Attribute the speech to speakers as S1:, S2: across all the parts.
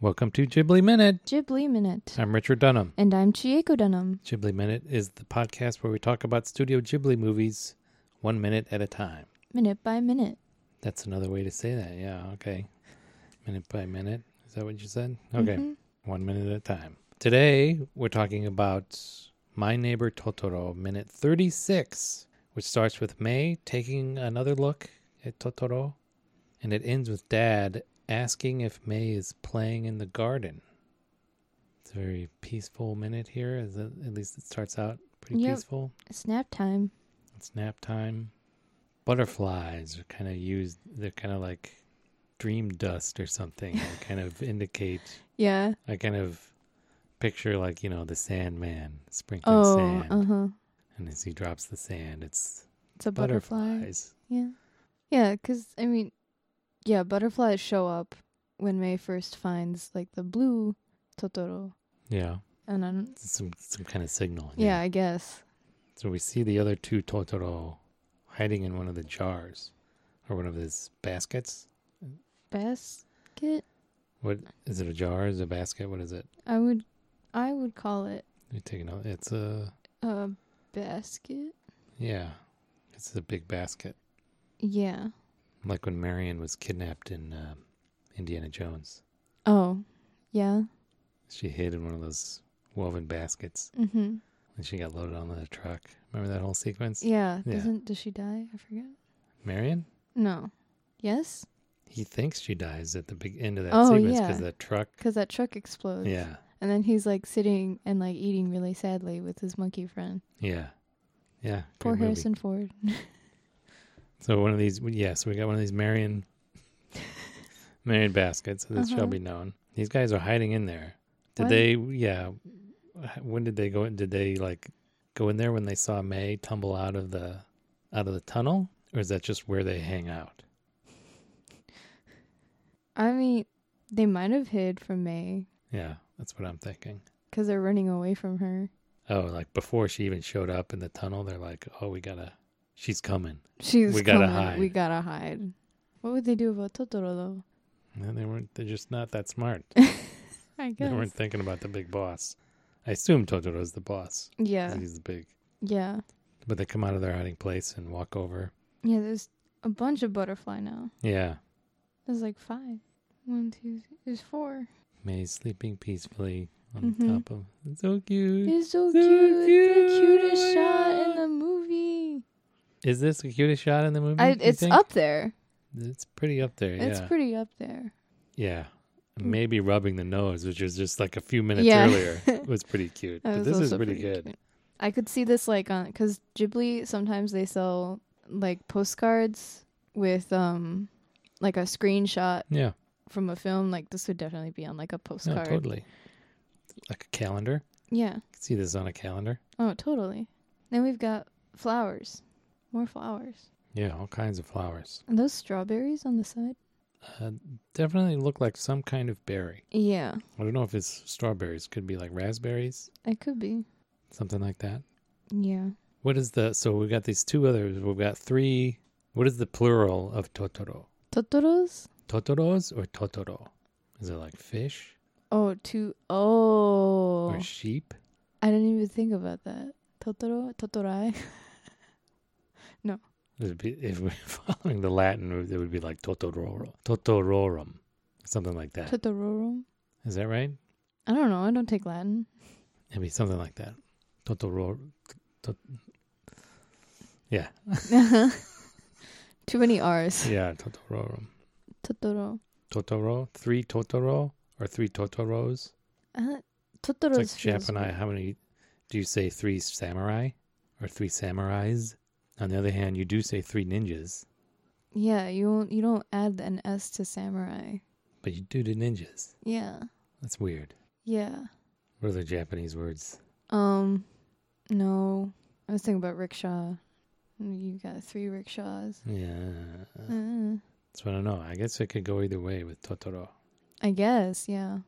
S1: Welcome to Ghibli Minute.
S2: Ghibli Minute.
S1: I'm Richard Dunham.
S2: And I'm Chieko Dunham.
S1: Ghibli Minute is the podcast where we talk about Studio Ghibli movies one minute at a time.
S2: Minute by minute.
S1: That's another way to say that. Yeah, okay. Minute by minute. Is that what you said? Okay.
S2: Mhm.
S1: One minute at a time. Today, we're talking about My Neighbor Totoro, minute 36, which starts with May taking another look at Totoro, and it ends with Dad asking if May is playing in the garden. It's a very peaceful minute here. Is it, at least it starts out pretty
S2: Yep.
S1: peaceful.
S2: Snap time.
S1: It's nap time. Butterflies are kind of used, they're kind of like dream dust or something, They kind of indicate
S2: Yeah.
S1: I kind of picture like you know the Sandman sprinkling
S2: Oh,
S1: sand,
S2: uh huh.
S1: and as he drops the sand, it's
S2: It's a butterfly.
S1: butterflies.
S2: Yeah. Yeah, 'cause I mean, yeah, butterflies show up when May first finds, like, the blue Totoro.
S1: Yeah,
S2: And I don't,
S1: it's some some kind of signal.
S2: yeah, I guess.
S1: So we see the other two Totoro hiding in one of the jars, or one of his baskets.
S2: Basket?
S1: What is it? A jar? Is it a basket? What is it?
S2: I would, I would call it
S1: You take it out. It's a
S2: a basket.
S1: yeah. It's a big basket,
S2: Yeah.
S1: like when Marion was kidnapped in uh, Indiana Jones.
S2: Oh, yeah.
S1: She hid in one of those woven baskets.
S2: Mm hmm.
S1: And she got loaded on the truck. Remember that whole sequence?
S2: Yeah.
S1: Yeah.
S2: Doesn't, does she die? I forget.
S1: Marion?
S2: No. Yes?
S1: He thinks she dies at the big end of that
S2: Oh,
S1: sequence because
S2: yeah.
S1: that truck.
S2: Because that truck explodes.
S1: Yeah.
S2: And then he's like sitting and like eating really sadly with his monkey friend.
S1: Yeah. Yeah.
S2: Poor
S1: good movie.
S2: Harrison Ford.
S1: So one of these, yeah, so we got one of these Marion, Marion baskets. So this shall
S2: Uh-huh.
S1: be known. These guys are hiding in there. Did
S2: Why-
S1: they, yeah. When did they go in? Did they like go in there when they saw May tumble out of the, out of the tunnel? Or is that just where they hang out?
S2: I mean, they might have hid from May
S1: Yeah. That's what I'm thinking.
S2: because they're running away from her.
S1: Oh, like before she even showed up in the tunnel, they're like, "Oh, we gotta, she's coming."
S2: She's
S1: We gotta
S2: coming.
S1: hide.
S2: We gotta hide. What would they do about Totoro
S1: And they weren't. They're just not that smart.
S2: though? I
S1: They
S2: guess.
S1: weren't thinking about the big boss. I assume Totoro's the boss. 'cause
S2: Yeah,
S1: He's the big.
S2: yeah,
S1: But they come out of their hiding place and walk over.
S2: yeah. There's a bunch of butterfly now.
S1: Yeah,
S2: There's like five. One, two, three. There's four.
S1: May's sleeping peacefully on
S2: Mhm.
S1: top of. It's so cute.
S2: It's so,
S1: So
S2: cute. It's the
S1: cute,
S2: cutest shot
S1: yeah.
S2: in the movie.
S1: Is this the cutest shot in the movie?
S2: I,
S1: you
S2: it's
S1: think?
S2: up there.
S1: It's pretty up there.
S2: It's
S1: yeah.
S2: pretty up there.
S1: yeah. Maybe rubbing the nose, which was just like a few minutes
S2: Yeah.
S1: earlier, was pretty cute.
S2: That
S1: but
S2: was
S1: this is
S2: also
S1: pretty, good.
S2: cute. I could see this like on because Ghibli sometimes they sell like postcards with um like a screenshot
S1: Yeah.
S2: from a film. Like this would definitely be on like
S1: No,
S2: a postcard.
S1: Oh, totally. Like a calendar.
S2: Yeah.
S1: You can see this on a calendar.
S2: Oh, totally. Then we've got flowers, more flowers,
S1: Yeah, all kinds of flowers.
S2: and those strawberries on the side.
S1: Uh, definitely look like some kind of berry.
S2: Yeah,
S1: I don't know if it's strawberries. Could be like raspberries,
S2: it could be.
S1: something like that.
S2: Yeah.
S1: What is the? So we've got these two others. We've got three. What is the plural of Totoro?
S2: Totoros.
S1: Totoros or Totoro? Is it like fish
S2: Oh, two oh
S1: or sheep?
S2: I didn't even think about that. Totoro, Totorai.
S1: It would be, if we're following the Latin, it would be like Totoro, Totororum, something like that. Is
S2: Totororum.
S1: that right?
S2: I don't know. I don't take Latin.
S1: It'd be something like that. Totoro. Tot- yeah.
S2: Uh-huh. Too many R's.
S1: Yeah. Totoro.
S2: Totoro.
S1: Totoro. Three Totoro or three Totoros.
S2: Uh, Totoro's
S1: It's like
S2: feels
S1: Japanese. How many do you say three samurai or three samurais? On the other hand, you do say three ninjas,
S2: weird. Yeah, you won't. You don't add an S to samurai.
S1: but you do the ninjas.
S2: Yeah.
S1: That's weird.
S2: Yeah.
S1: What are the Japanese words?
S2: Um, no. I was thinking about rickshaw. You got three rickshaws.
S1: Yeah.
S2: Uh,
S1: So I don't know. I guess it could go either way with Totoro.
S2: I guess. Yeah.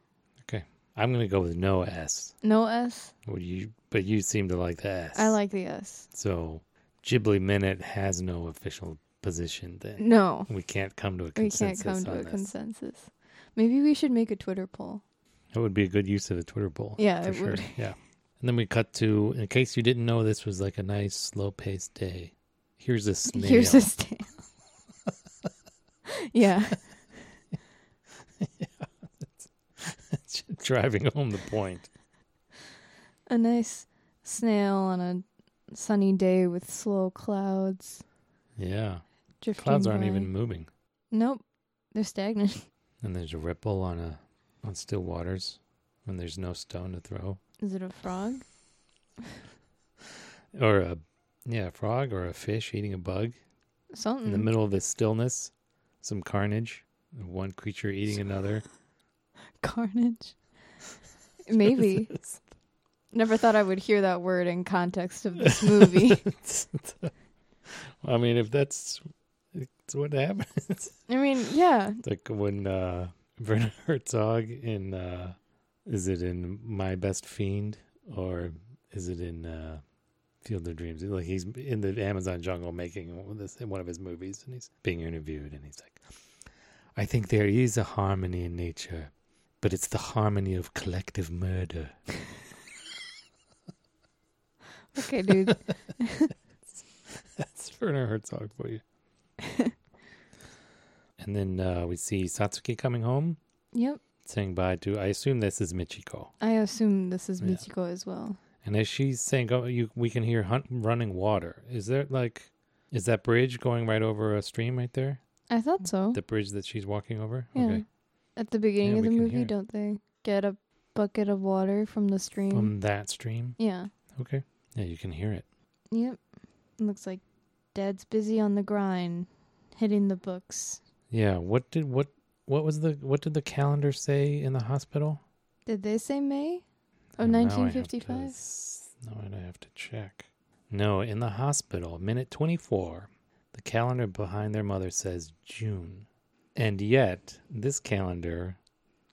S1: I'm going to go with no S.
S2: No S.
S1: Would you? But you seem to like the S.
S2: I like the S.
S1: So Ghibli Minute has no official position then.
S2: No.
S1: We can't come to a
S2: We can't
S1: consensus
S2: come to
S1: on
S2: a
S1: this.
S2: consensus. Maybe we should make a Twitter poll.
S1: That would be a good use of the Twitter poll.
S2: Yeah,
S1: for
S2: it
S1: sure.
S2: would.
S1: Yeah. And then we cut to, in case you didn't know, this was like a nice, slow paced day. Here's a snail.
S2: Here's his tail. yeah.
S1: driving home the point.
S2: A nice snail on a sunny day with slow clouds
S1: Yeah.
S2: drifting
S1: Clouds aren't
S2: by.
S1: even moving.
S2: Nope. They're stagnant.
S1: And there's a ripple on a on still waters when there's no stone to throw.
S2: Is it a frog?
S1: Or a yeah, a frog or a fish eating a bug
S2: Something.
S1: in the middle of this stillness, some carnage, one creature eating another.
S2: Carnage. Maybe. Never thought I would hear that word in context of this movie.
S1: I mean, if that's it's what happens.
S2: I mean, yeah.
S1: It's like when uh Werner Herzog in uh is it in My Best Fiend or is it in uh Field of Dreams? Like he's in the Amazon jungle making one of this in one of his movies and he's being interviewed and he's like I think there is a harmony in nature, but it's the harmony of collective murder.
S2: Okay, dude.
S1: That's Werner Herzog for you. and then uh, we see Satsuki coming home,
S2: yep.
S1: saying bye to I assume this is Michiko.
S2: I assume this is
S1: Yeah.
S2: Michiko as well.
S1: And as she's saying, "Oh, you, we can hear hun- running water." Is there like, is that bridge going right over a stream right there?
S2: I thought so.
S1: The bridge that she's walking over.
S2: Yeah. At the beginning
S1: Yeah,
S2: of
S1: we
S2: the
S1: can hear
S2: movie,
S1: it.
S2: don't they get a bucket of water from the stream?
S1: From that stream.
S2: yeah.
S1: Okay. Yeah, you can hear it.
S2: Yep. looks like Dad's busy on the grind, hitting the books.
S1: Yeah. What did what what was the what did the calendar say in the hospital?
S2: Did they say May Oh,
S1: And
S2: of
S1: now I have to
S2: 1955?
S1: s- Now I have to check. No, in the hospital, minute twenty-four, the calendar behind their mother says June, and yet this calendar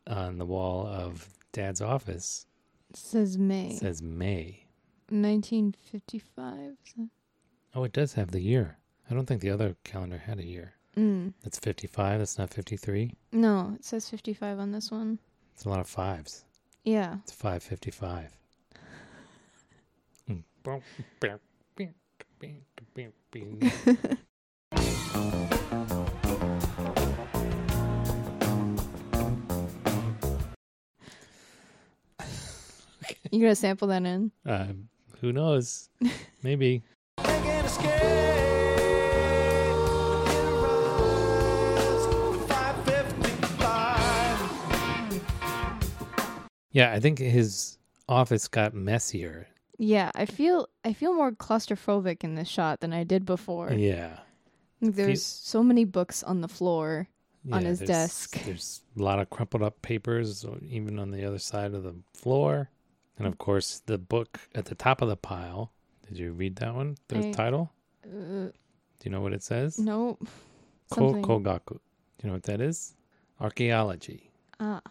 S1: on the wall of Dad's office
S2: It says May
S1: says May.
S2: 1955. Is that-
S1: Oh, it does have the year. I don't think the other calendar had a year.
S2: Mm.
S1: That's 55. That's not 53.
S2: No, it says 55 on this one.
S1: It's a lot of fives.
S2: Yeah.
S1: It's 555. Hmm.
S2: You gonna sample that in?
S1: uh, who knows? Maybe. Yeah, I think his office got messier.
S2: Yeah, I feel I feel more claustrophobic in this shot than I did before.
S1: Yeah.
S2: Like, There's so many books on the floor. On
S1: Yeah,
S2: his
S1: there's-
S2: desk.
S1: There's a lot of crumpled up papers, uh, even on the other side of the floor. And of course, the book at the top of the pile. Did you read that one? The
S2: I-
S1: title?
S2: Uh,
S1: Do you know what it says?
S2: no,
S1: Ko-
S2: something.
S1: Kogaku. Do you know what that is? Archaeology.
S2: Ah,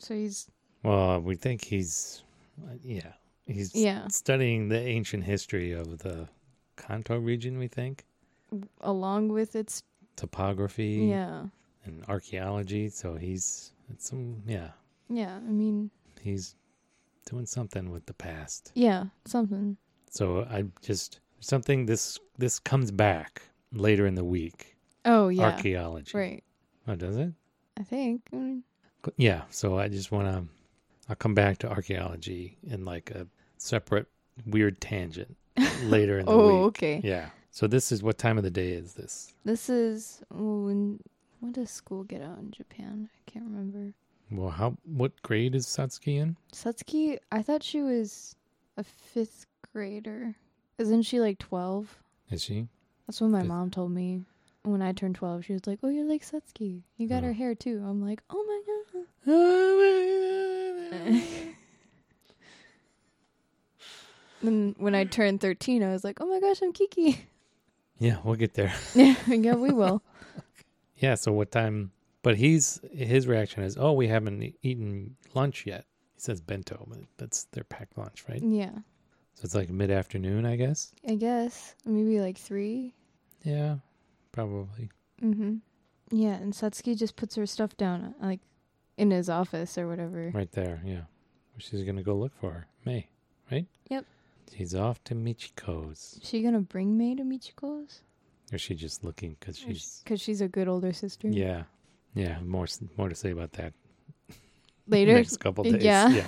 S2: so he's
S1: Well, we think he's, uh, yeah, he's
S2: Yeah.
S1: studying the ancient history of the Kanto region, we think,
S2: along with its
S1: topography
S2: yeah
S1: and archaeology. So he's, it's some, yeah,
S2: yeah. I mean
S1: he's doing something with the past.
S2: yeah something.
S1: So I just something this this comes back later in the week.
S2: Oh yeah,
S1: Archaeology.
S2: right.
S1: Oh, does it?
S2: I think mm,
S1: Yeah. So I just want to. I'll come back to archaeology in like a separate weird tangent later in the
S2: Oh,
S1: week.
S2: okay.
S1: Yeah. So this is what time of the day is this?
S2: this is oh, when when does school get out in Japan? I can't remember.
S1: Well, how what grade is Satsuki in?
S2: Satsuki, I thought she was a fifth grader. Isn't she like twelve?
S1: Is she?
S2: That's what my
S1: Fifth-
S2: mom told me when I turned 12. She was like, Oh, you're like Satsuki. You got
S1: Oh.
S2: her hair too. I'm like, Oh my God. Then when I turned 13, I was like, Oh my gosh, I'm Kiki.
S1: yeah, we'll get there.
S2: yeah, we will.
S1: Yeah. So what time? But he's his reaction is, oh, we haven't eaten lunch yet. He says bento, but that's their packed lunch, right?
S2: Yeah,
S1: So it's like mid afternoon, I guess.
S2: I guess. Maybe like three. Mm-hmm.
S1: Yeah, probably.
S2: Mm hmm. Yeah, and Satsuki just puts her stuff down, like in his office or whatever.
S1: Right there, yeah. She's gonna go look for her. May, right?
S2: Yep.
S1: She's off to Michiko's.
S2: Is she gonna bring May to Michiko's?
S1: Or is she just looking because she's
S2: Because she's a good older sister.
S1: yeah, yeah. More s- more to say about that
S2: Later.
S1: next couple days.
S2: yeah.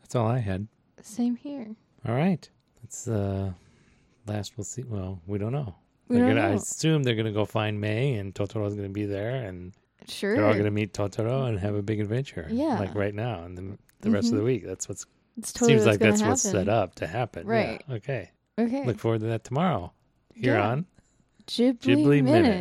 S1: That's all I had.
S2: Same here.
S1: All right. That's uh, last we'll see. Well, we don't know.
S2: We
S1: they're
S2: don't
S1: gonna, I
S2: know.
S1: assume they're gonna go find May and Totoro's gonna be there and
S2: Sure.
S1: they're all gonna meet Totoro and have a big adventure.
S2: Yeah.
S1: Like right now and the, the rest of the week. That's what's
S2: it's totally
S1: seems like
S2: gonna
S1: that's what's set
S2: happen.
S1: up to happen. Yeah.
S2: Right.
S1: Okay.
S2: Okay.
S1: Look forward to that tomorrow. Here
S2: Yeah.
S1: on
S2: Ghibli,
S1: Ghibli Minute.
S2: minute.